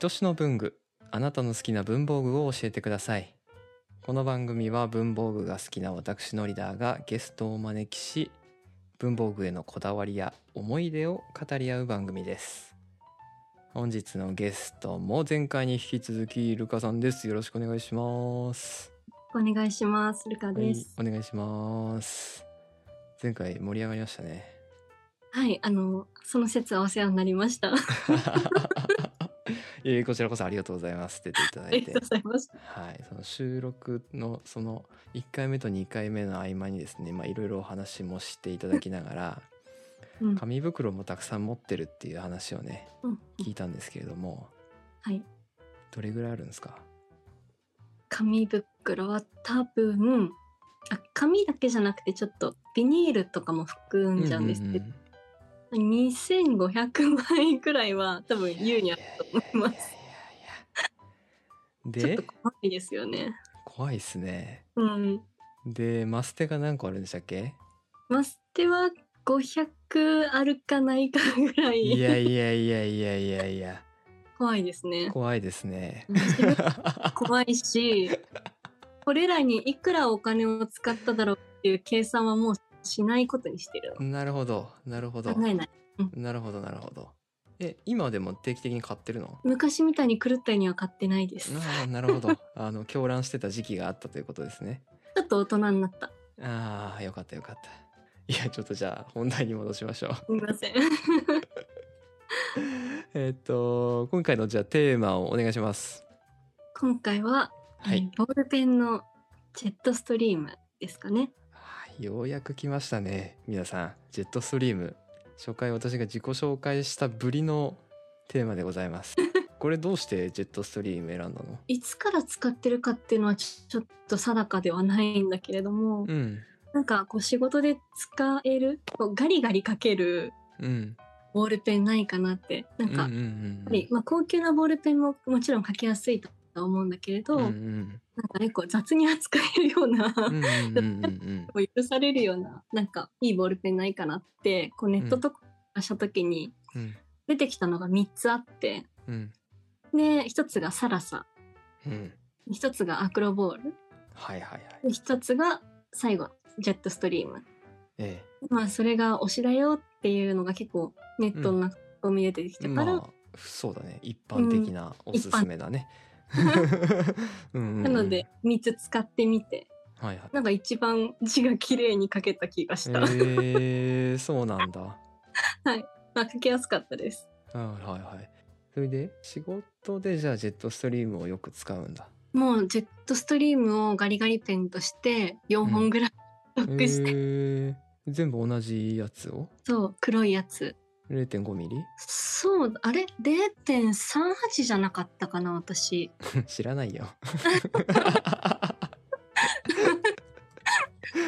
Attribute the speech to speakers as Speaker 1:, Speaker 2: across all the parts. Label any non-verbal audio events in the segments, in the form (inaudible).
Speaker 1: 愛しの文具あなたの好きな文房具を教えてくださいこの番組は文房具が好きな私のリーダーがゲストをお招きし文房具へのこだわりや思い出を語り合う番組です本日のゲストも前回に引き続きルカさんですよろしくお願いします
Speaker 2: お願いします。ルカです。
Speaker 1: はい、お願いします前回盛り上がりました
Speaker 2: (laughs)
Speaker 1: ね
Speaker 2: はい、あの、その説はお世話になりました。あ
Speaker 1: いえこちらこそありがとうございます出ていただい
Speaker 2: りが
Speaker 1: て
Speaker 2: とうございます。
Speaker 1: はい、その収録のその1回目と2回目の合間にですねまあいろいろお話もしていただきながら
Speaker 2: うん、
Speaker 1: 紙袋もたくさん持ってるっていう話をね
Speaker 2: うん
Speaker 1: 聞いたんですけれども
Speaker 2: はい。
Speaker 1: どれぐらいあるんですか
Speaker 2: 紙袋は多分、あ、紙だけじゃなくてちょっとビニールとかも含んじゃうんですけど、2500枚くらいは多分優にあると思います。
Speaker 1: うんうんい
Speaker 2: ち
Speaker 1: やいやいやいやいや
Speaker 2: ょ
Speaker 1: で
Speaker 2: っと怖いですよね。
Speaker 1: 怖いっすね
Speaker 2: うん。
Speaker 1: でマステが何個あるんでしたっけ
Speaker 2: マステは500あるかないかぐら
Speaker 1: い
Speaker 2: い
Speaker 1: やいやいやいやいやいや
Speaker 2: 怖いですね。
Speaker 1: 怖いですね
Speaker 2: うん自分怖いしこれらにいくらお金を使っただろうっていう計算はもうしないことにしてる
Speaker 1: (laughs) なるほどなるほど
Speaker 2: の考えない
Speaker 1: なるほどなるほどえ今でも定期的に買ってるの
Speaker 2: 昔みたいに狂ったようには買ってないです
Speaker 1: ああなるほどあの狂乱してた時期があったということですね
Speaker 2: ちょっと大人になった
Speaker 1: ああよかったよかったいやちょっとじゃあ本題に戻しましょう (laughs)
Speaker 2: すみません
Speaker 1: えっと今回のじゃあテーマをお願いします
Speaker 2: 今回は、
Speaker 1: は
Speaker 2: え
Speaker 1: い、
Speaker 2: ーボールペンのジェットストリームですかね
Speaker 1: はいようやく来ましたね皆さんジェットストリーム初回私が自己紹介したぶりのテーマでございますこれどうしてジェットストリーム選んだの
Speaker 2: いつから使ってるかっていうのはちょちょっと定かではないんだけれども、
Speaker 1: うん
Speaker 2: なんかこう仕事で使えるこうガリガリかける
Speaker 1: うん
Speaker 2: ボールペンないかなってなん
Speaker 1: うんうん
Speaker 2: か、やっぱり、まあ、高級なボールペンももちろん書きやすいとは思うんだけれど、
Speaker 1: うんうんう
Speaker 2: なん
Speaker 1: ん
Speaker 2: かねこう雑に扱えるような、 (laughs)
Speaker 1: うんうんうんうんうん
Speaker 2: こう許されるようななんかいいボールペンないかなってこうネットとかした時に
Speaker 1: うん
Speaker 2: 出てきたのが3つあって
Speaker 1: うん
Speaker 2: で1つがサラサ
Speaker 1: うん
Speaker 2: 1つがアクロボール
Speaker 1: はいはいはい
Speaker 2: で1つが最後ジェットストリーム。
Speaker 1: え
Speaker 2: まあそれが推しだよっていうのが結構ネットの中を見出てき
Speaker 1: え
Speaker 2: たから、
Speaker 1: まあそうだね一般的なおすすめだね、うんうんうん
Speaker 2: なので3つ使ってみて
Speaker 1: はいはい
Speaker 2: なんか一番字が綺麗に書けた気がした。
Speaker 1: えー、そうなんだは
Speaker 2: まあ、書きやすかったです。
Speaker 1: いはいはいそれで仕事でじゃあジェットストリームをよく使うんだ
Speaker 2: もうジェットストリームをガリガリペンとして4本ぐらい
Speaker 1: え
Speaker 2: ストックして、
Speaker 1: ー、全部同じやつを
Speaker 2: そう黒いやつ。
Speaker 1: 0.5ミリ
Speaker 2: そうあれ0.38じゃなかったかな私。
Speaker 1: 知らないよ
Speaker 2: 手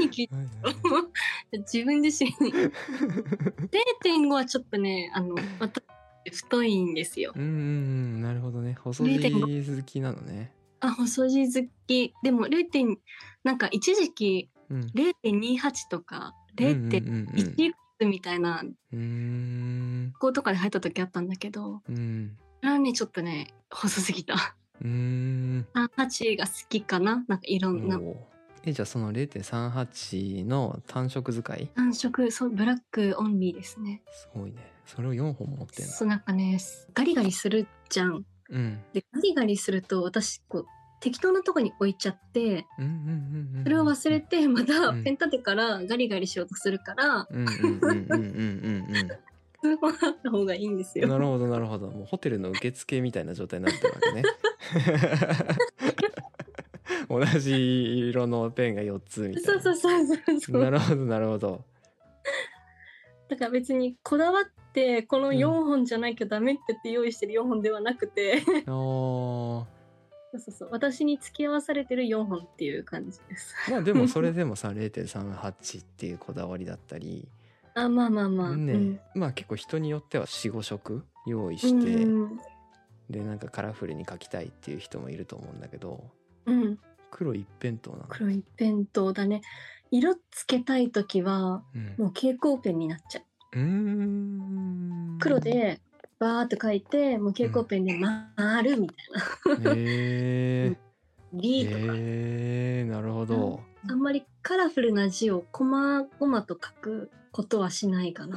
Speaker 2: に聞い (laughs) 自分自身0.5はちょっとねあの私太いんですよ
Speaker 1: うんうんうんなるほどね細字好きなのね
Speaker 2: あ細字好きでも0点なんか一時期
Speaker 1: うん
Speaker 2: 0.28とか0.1
Speaker 1: うんうんうん
Speaker 2: いくつみたいな
Speaker 1: うーん
Speaker 2: 学校とかで入った時あったんだけど
Speaker 1: うん
Speaker 2: それはねちょっとね細すぎた
Speaker 1: うーん
Speaker 2: 38が好きかななんかいろんな
Speaker 1: おーえじゃあその0.38の単色使い
Speaker 2: 単色そうブラックオンリーですね
Speaker 1: すごいねそれを4本持ってんだ
Speaker 2: そうなんかねガリガリするじゃん
Speaker 1: うん
Speaker 2: でガリガリすると私こう適当なとこに置いちゃって
Speaker 1: うんうんうんうん
Speaker 2: それを忘れてまた
Speaker 1: うん
Speaker 2: ペン立てからガリガリしようとするから
Speaker 1: うんうんうんうんうんうん
Speaker 2: 通報あった方がいいんです
Speaker 1: うんな
Speaker 2: よ
Speaker 1: るほどなるほどもうホテルの受付みたいな状態になってるわけね (laughs) 同じ色のペンが4つみたいな
Speaker 2: そうそうそうそうそう
Speaker 1: なるほどなるほど
Speaker 2: だから別にこだわってこの4本じゃないきゃダメって言って用意してる4本ではなく
Speaker 1: (laughs)
Speaker 2: て、
Speaker 1: あ
Speaker 2: そうそうそう私に付き合わされてる4本っていう感じです。
Speaker 1: ーまあでもそれでもさ0.38っていうこだわりだったり
Speaker 2: あまあまあまあ。
Speaker 1: ね、
Speaker 2: うん
Speaker 1: まあ結構人によっては45色用意
Speaker 2: う
Speaker 1: して、
Speaker 2: ん
Speaker 1: でなんかカラフルに描きたいっていう人もいると思うんだけど
Speaker 2: うん、
Speaker 1: 黒一辺倒なの、
Speaker 2: 黒いペントだね色つけたい時は
Speaker 1: うん、
Speaker 2: もう蛍光ペンになっちゃう
Speaker 1: うーん
Speaker 2: 黒でバーって書いてもう蛍光ペンで丸みたいな、
Speaker 1: へ
Speaker 2: (laughs)
Speaker 1: え。
Speaker 2: B とか、
Speaker 1: へえ、なるほど。
Speaker 2: あんまりカラフルな字をこまごまと書くことはしないかな。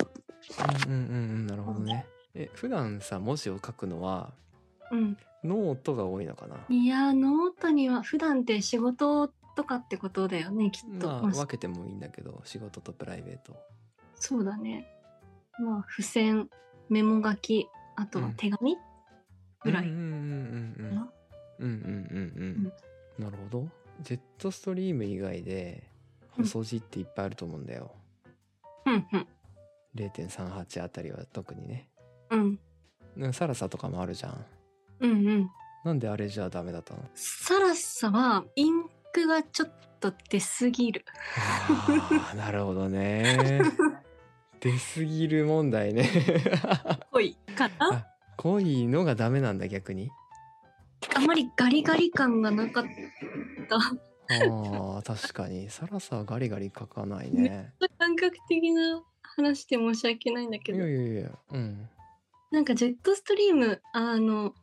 Speaker 1: うんうんうんうん、なるほどね。え、普段さ、文字を書くのは
Speaker 2: うん、
Speaker 1: ノートが多いのかな。
Speaker 2: いやーノートには普段って仕事とかってことだよねきっと、
Speaker 1: まあ
Speaker 2: まあ
Speaker 1: 分けてもいいんだけど、仕事とプライベート。
Speaker 2: そうだねまあ付箋メモ書きあとは手紙、ぐらい
Speaker 1: うんうんうんうんうん。うんうんうんうん。なるほど。ジェットストリーム以外で
Speaker 2: うん
Speaker 1: 細字っていっぱいあると思うんだよ。
Speaker 2: うんうん
Speaker 1: 0.38あたりは特にね。
Speaker 2: うん
Speaker 1: うんサラサとかもあるじゃん。
Speaker 2: うんうん
Speaker 1: なんであれじゃダメだったの
Speaker 2: サラサはインクがちょっと出すぎる
Speaker 1: あーなるほどね。 (laughs) 出すぎる問題ね。 (laughs)
Speaker 2: 濃いかな
Speaker 1: あ濃いのがダメなんだ逆に。
Speaker 2: あまりガリガリ感がなかった
Speaker 1: ああ確かにサラサはガリガリ書かないね。
Speaker 2: 感覚的な話で申し訳ないんだ
Speaker 1: い
Speaker 2: け
Speaker 1: や
Speaker 2: ど
Speaker 1: いやいやうん。
Speaker 2: なんかジェットストリームあの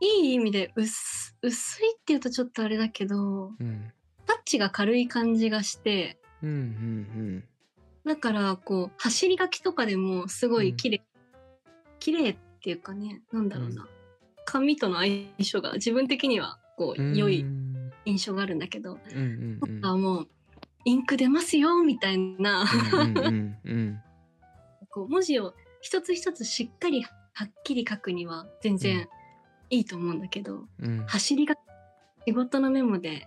Speaker 2: いい意味で薄薄いっていうとちょっとあれだけど
Speaker 1: うん
Speaker 2: タッチが軽い感じがして
Speaker 1: うんうん
Speaker 2: だからこう走り書きとかでもすご
Speaker 1: うん
Speaker 2: い綺麗、綺麗っていうかねなんだろうな、
Speaker 1: うん
Speaker 2: 紙との相性が自分的にはこ
Speaker 1: う。
Speaker 2: うん良い
Speaker 1: うん
Speaker 2: 印象があるんだけど、
Speaker 1: うんうんうん。
Speaker 2: あもうインク出ますよみたいな、
Speaker 1: うんうんうん
Speaker 2: こう文字を一つ一つしっかりはっきり書くには全
Speaker 1: うん
Speaker 2: 然いいと思うんだけど、
Speaker 1: うん
Speaker 2: 走りが仕事のメモで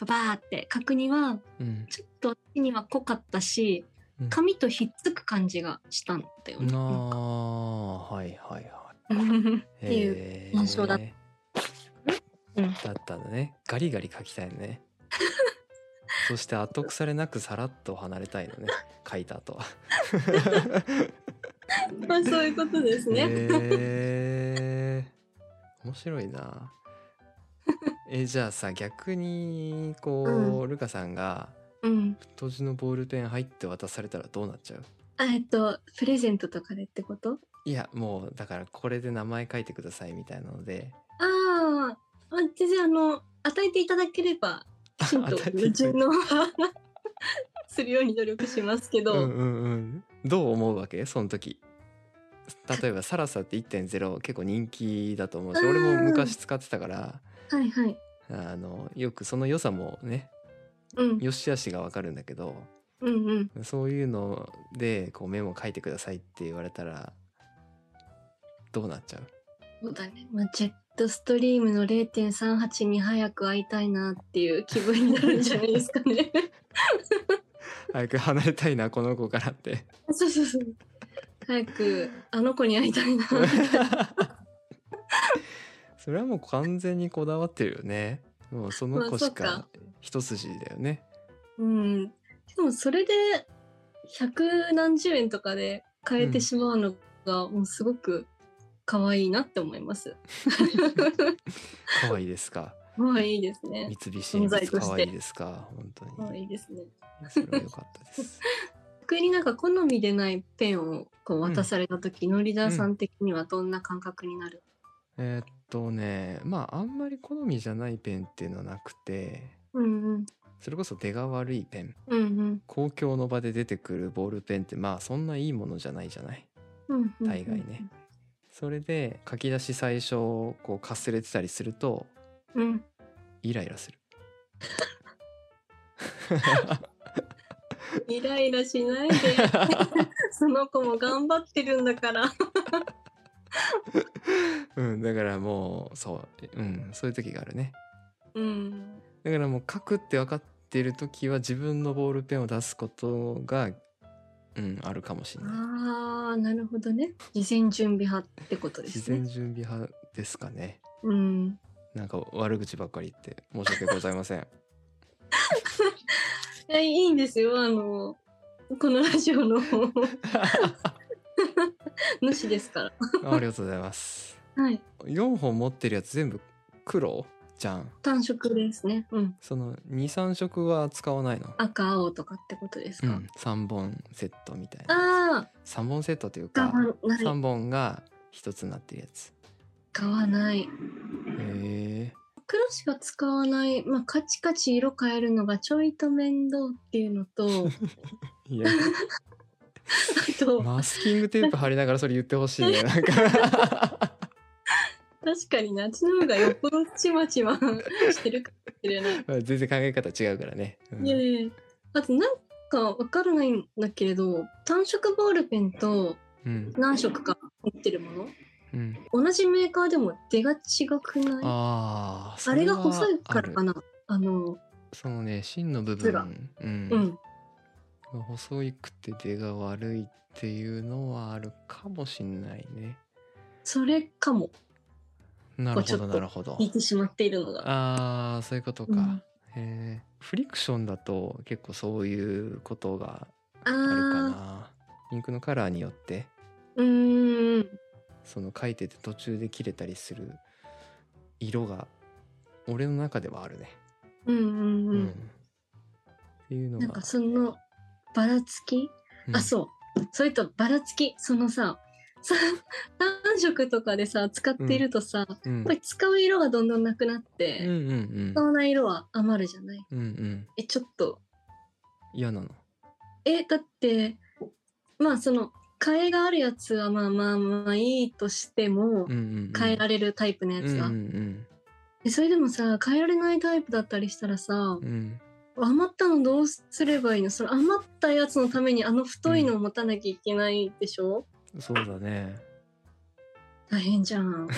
Speaker 2: ババーって書くには
Speaker 1: うん
Speaker 2: ちょっと私には濃かったし
Speaker 1: うん
Speaker 2: 紙とひっつく感じがしたんだよ
Speaker 1: うん。
Speaker 2: ね。
Speaker 1: なあはいはいはい。
Speaker 2: (laughs) ていう
Speaker 1: へー
Speaker 2: 印象だっうん
Speaker 1: だったんだねガリガリ書きたいの (laughs) ねそして後腐れなくさらっと離れたいのね書いた後は
Speaker 2: まあ (laughs) そういうことですね。
Speaker 1: へー面白い (laughs) なえじゃあさ逆にこう、ルカさんが
Speaker 2: うん。
Speaker 1: 当時のボールペン入って渡されたらどうなっちゃう
Speaker 2: あえっとプレゼントとかでってこと？
Speaker 1: いやもうだからこれで名前書いてくださいみたいなので
Speaker 2: ああ、まあ全然あの与えていただければきちん
Speaker 1: (laughs)
Speaker 2: と
Speaker 1: 与えていただけ
Speaker 2: うちのするように努力しますけど、
Speaker 1: うんうんうん、どう思うわけその時例えばサラサって1.0結構人気だと思うし
Speaker 2: うん
Speaker 1: 俺も昔使ってたから
Speaker 2: はいはい。
Speaker 1: あのよくその良さもね
Speaker 2: うん
Speaker 1: 良し悪しが分かるんだけど
Speaker 2: うんうん。
Speaker 1: そういうのでこうメモ書いてくださいって言われたらどうなっちゃう
Speaker 2: そうだね。まあジェットストリームの0.38に早く会いたいなっていう気分になるんじゃないですか
Speaker 1: (laughs)
Speaker 2: ね。
Speaker 1: 早く離れたいなこの子からって
Speaker 2: そうそうそう。早くあの子に会いたいな。
Speaker 1: (laughs) それはもう完全にこだわってるよねもうその子し
Speaker 2: まあそっ
Speaker 1: か一筋だよね
Speaker 2: うん。でもそれで百何十円とかで買えてしまうのがもうすごく可愛いなって思います。
Speaker 1: 可愛いです
Speaker 2: (laughs)
Speaker 1: か
Speaker 2: 可愛いですね。
Speaker 1: 三菱鉛
Speaker 2: 存在
Speaker 1: 筆
Speaker 2: として
Speaker 1: 可愛いですか本当
Speaker 2: 可
Speaker 1: に
Speaker 2: 愛いですね。
Speaker 1: それは良かったです (laughs)
Speaker 2: 逆になんか好みでないペンをこう渡された時、ノリダーさん的にはどんな感覚になる？
Speaker 1: えーっとねまああんまり好みじゃないペンっていうのはなくて
Speaker 2: うんうん
Speaker 1: それこそ出が悪いペン
Speaker 2: うんうん
Speaker 1: 公共の場で出てくるボールペンってまあそんないいものじゃないじゃない
Speaker 2: うんうん。
Speaker 1: 大概ね。それで書き出し最初こうかすれてたりすると
Speaker 2: うん。
Speaker 1: イライラする
Speaker 2: イライラしないで。
Speaker 1: (laughs)
Speaker 2: その子も頑張ってるんだから。
Speaker 1: うんだからもうそううんそういう時があるね
Speaker 2: うん。
Speaker 1: だからもう書くって分かってる時は自分のボールペンを出すことが、うん、あるかもしれな
Speaker 2: ああ、なるほどね。事前準備派ってこと
Speaker 1: い。
Speaker 2: で
Speaker 1: 事
Speaker 2: す
Speaker 1: 前
Speaker 2: ね。
Speaker 1: 準備派ですかね。
Speaker 2: うん。
Speaker 1: なんか悪口ばっかり言って申し訳ございませ (laughs) ん。
Speaker 2: いやいいんですよ。あの、このラジオの (laughs) 主ですか
Speaker 1: ありがとうございます。
Speaker 2: ら。はい。
Speaker 1: 4本持ってるやつ全部黒じゃん
Speaker 2: 単色ですね。うん。
Speaker 1: その23色は使わないの
Speaker 2: 赤、青とかってことです
Speaker 1: う
Speaker 2: か。
Speaker 1: ん、3本セットみたいな
Speaker 2: ああ、
Speaker 1: 3本セットという
Speaker 2: 買
Speaker 1: か
Speaker 2: わない。
Speaker 1: 3本が1つになってるやつ
Speaker 2: 買わない。
Speaker 1: へえ
Speaker 2: 黒しか使わない、まあ、カチカチ色変えるのがちょいと面倒っていうの
Speaker 1: (laughs)
Speaker 2: と、
Speaker 1: いや
Speaker 2: あと、
Speaker 1: マスキングテープ貼りながらそれ言ってほし
Speaker 2: (laughs)
Speaker 1: いねなんか
Speaker 2: 確かにな、あっちの方がよっぽどちまちましてるかもしれない。
Speaker 1: 全然考え方違うからね、うん
Speaker 2: いやいやあとなんかわからないんだけれど、単色ボールペンと
Speaker 1: うん
Speaker 2: 何色か入ってるもの
Speaker 1: うん、
Speaker 2: 同じメーカーでも出が違くないあ
Speaker 1: あーそ
Speaker 2: れが細いからか
Speaker 1: はある
Speaker 2: なあの、
Speaker 1: そのね芯の部
Speaker 2: ずら
Speaker 1: 分、うん
Speaker 2: うん。
Speaker 1: 細いくて出が悪いっていうのはあるかもしんないね
Speaker 2: それかも、
Speaker 1: なる
Speaker 2: ち
Speaker 1: ほ
Speaker 2: ょっ
Speaker 1: ど
Speaker 2: と
Speaker 1: なるほど
Speaker 2: 似てしまっているのが。
Speaker 1: あーそういうことか、
Speaker 2: うん
Speaker 1: へえフリクションだと結構そういうことがあ
Speaker 2: あ
Speaker 1: るか
Speaker 2: ー、
Speaker 1: なインクのカラーによって
Speaker 2: うーん。
Speaker 1: その書いてて途中で切れたりする色が俺の中ではあるね、
Speaker 2: うんう
Speaker 1: う
Speaker 2: んうんん
Speaker 1: っ。ていうのが
Speaker 2: なんかそのばらつき、
Speaker 1: うん
Speaker 2: あそうそれとばらつきそのささ3色とかでさ使っているとさ、やっ
Speaker 1: うん、
Speaker 2: ぱり使う色がどんどんなくなっ
Speaker 1: うんう
Speaker 2: て、
Speaker 1: んうん
Speaker 2: 使わない色は余るじゃない
Speaker 1: うんうん
Speaker 2: えちょっと
Speaker 1: 嫌なの
Speaker 2: えだってまあその替えがあるやつはまあまあまあいいとしても、
Speaker 1: うんうんうん
Speaker 2: 変えられるタイプのやつは、
Speaker 1: うんうん
Speaker 2: えそれでもさ変えられないタイプだったりしたらさ
Speaker 1: うんうん
Speaker 2: 余ったのどうすればいいのその余ったやつのためにあの太いのを持たなきゃいけないでしょ、
Speaker 1: そうだね (laughs)
Speaker 2: 大変じゃん。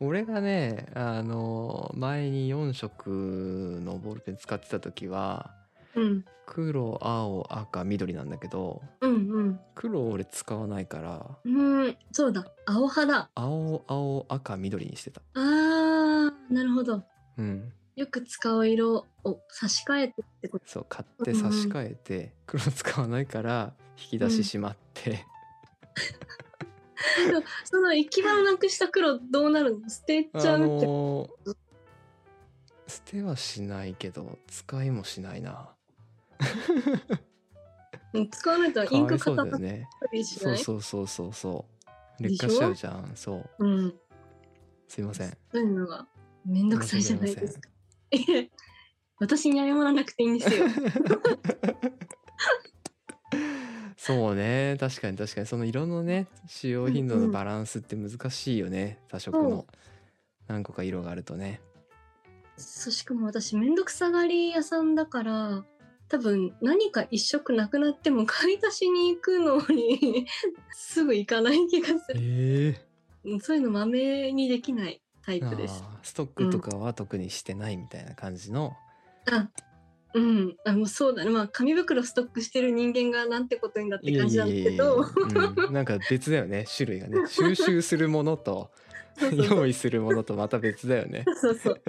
Speaker 1: 俺がねあの前に4色のボールペン使ってた時は
Speaker 2: うん、
Speaker 1: 黒青赤緑なんだけど
Speaker 2: うん、
Speaker 1: 黒俺使わないから
Speaker 2: うん。うん、そうだ。青肌。
Speaker 1: 青青赤緑にしてた
Speaker 2: あー、なるほど。
Speaker 1: うん
Speaker 2: よく使う色を差し替えてってこと。
Speaker 1: そう買って差し替えて、黒使わないから引き出ししまって、
Speaker 2: その一番なくした黒どうなるの捨てちゃ
Speaker 1: あ
Speaker 2: うって。
Speaker 1: のー捨てはしないけど使いもしないな
Speaker 2: うん使わないと
Speaker 1: か
Speaker 2: イン
Speaker 1: わ
Speaker 2: ク
Speaker 1: いそう
Speaker 2: 固
Speaker 1: だ
Speaker 2: ま
Speaker 1: よ
Speaker 2: っ
Speaker 1: ね
Speaker 2: たりし
Speaker 1: そう
Speaker 2: ない
Speaker 1: そうそうそうそう
Speaker 2: で
Speaker 1: 劣
Speaker 2: しょ
Speaker 1: 化しちゃうじゃんそう
Speaker 2: うん。
Speaker 1: すいません
Speaker 2: そういうのがめんどくさいじゃないですか。いえ、私に謝らなくていいんですよ。
Speaker 1: そうね確かに確かにその色のね使用頻度のバランスって難しいよね、多色
Speaker 2: うん
Speaker 1: の何個か色があるとね
Speaker 2: そうしかも私めんどくさがり屋さんだから多分何か一色なくなっても買い足しに行くのにすぐ行かない気がする
Speaker 1: え
Speaker 2: うんそういうのまめにできないタイプです
Speaker 1: ストックとかは特にしてないみたいな感じの、
Speaker 2: あうんあもうそうだねまあ紙袋ストックしてる人間がなんてことになって
Speaker 1: いや
Speaker 2: 感じなんだけ
Speaker 1: いや
Speaker 2: ど
Speaker 1: いやいやうんなんか別だよね種類
Speaker 2: (laughs)
Speaker 1: がね収集するものと
Speaker 2: そうそう
Speaker 1: 用意するものとまた別だよね、
Speaker 2: そうそう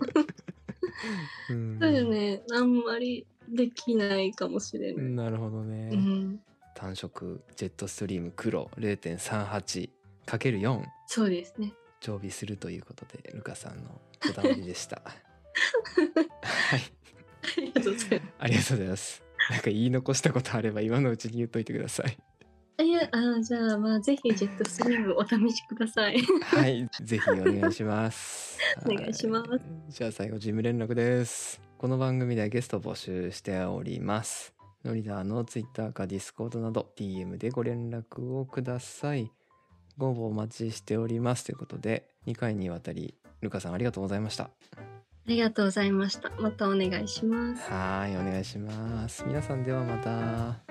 Speaker 1: うん
Speaker 2: そうよねあんまりできないかもしれない、
Speaker 1: なるほどね、
Speaker 2: うん、
Speaker 1: 単色ジェットストリーム黒 0.38×4
Speaker 2: そうですね
Speaker 1: 常備するということでルカさんのこだわりでした
Speaker 2: (laughs)
Speaker 1: はい
Speaker 2: ありがとうございます
Speaker 1: ありがとうございますなんか言い残したことあれば今のうちに言っといてください
Speaker 2: あいやあじゃあまあぜひジェットストリームお試しください (laughs)
Speaker 1: はい、ぜひお願いします。
Speaker 2: お願いします
Speaker 1: はじゃあ最後事務連絡です。この番組ではゲストを募集しております。ノリダーのツイッターかディスコードなど DM でご連絡をください。ご応募お待ちしておりますということで2回にわたりルカさんありがとうございました。
Speaker 2: ありがとうございました。またお願いします。
Speaker 1: はい、お願いします。皆さんではまた。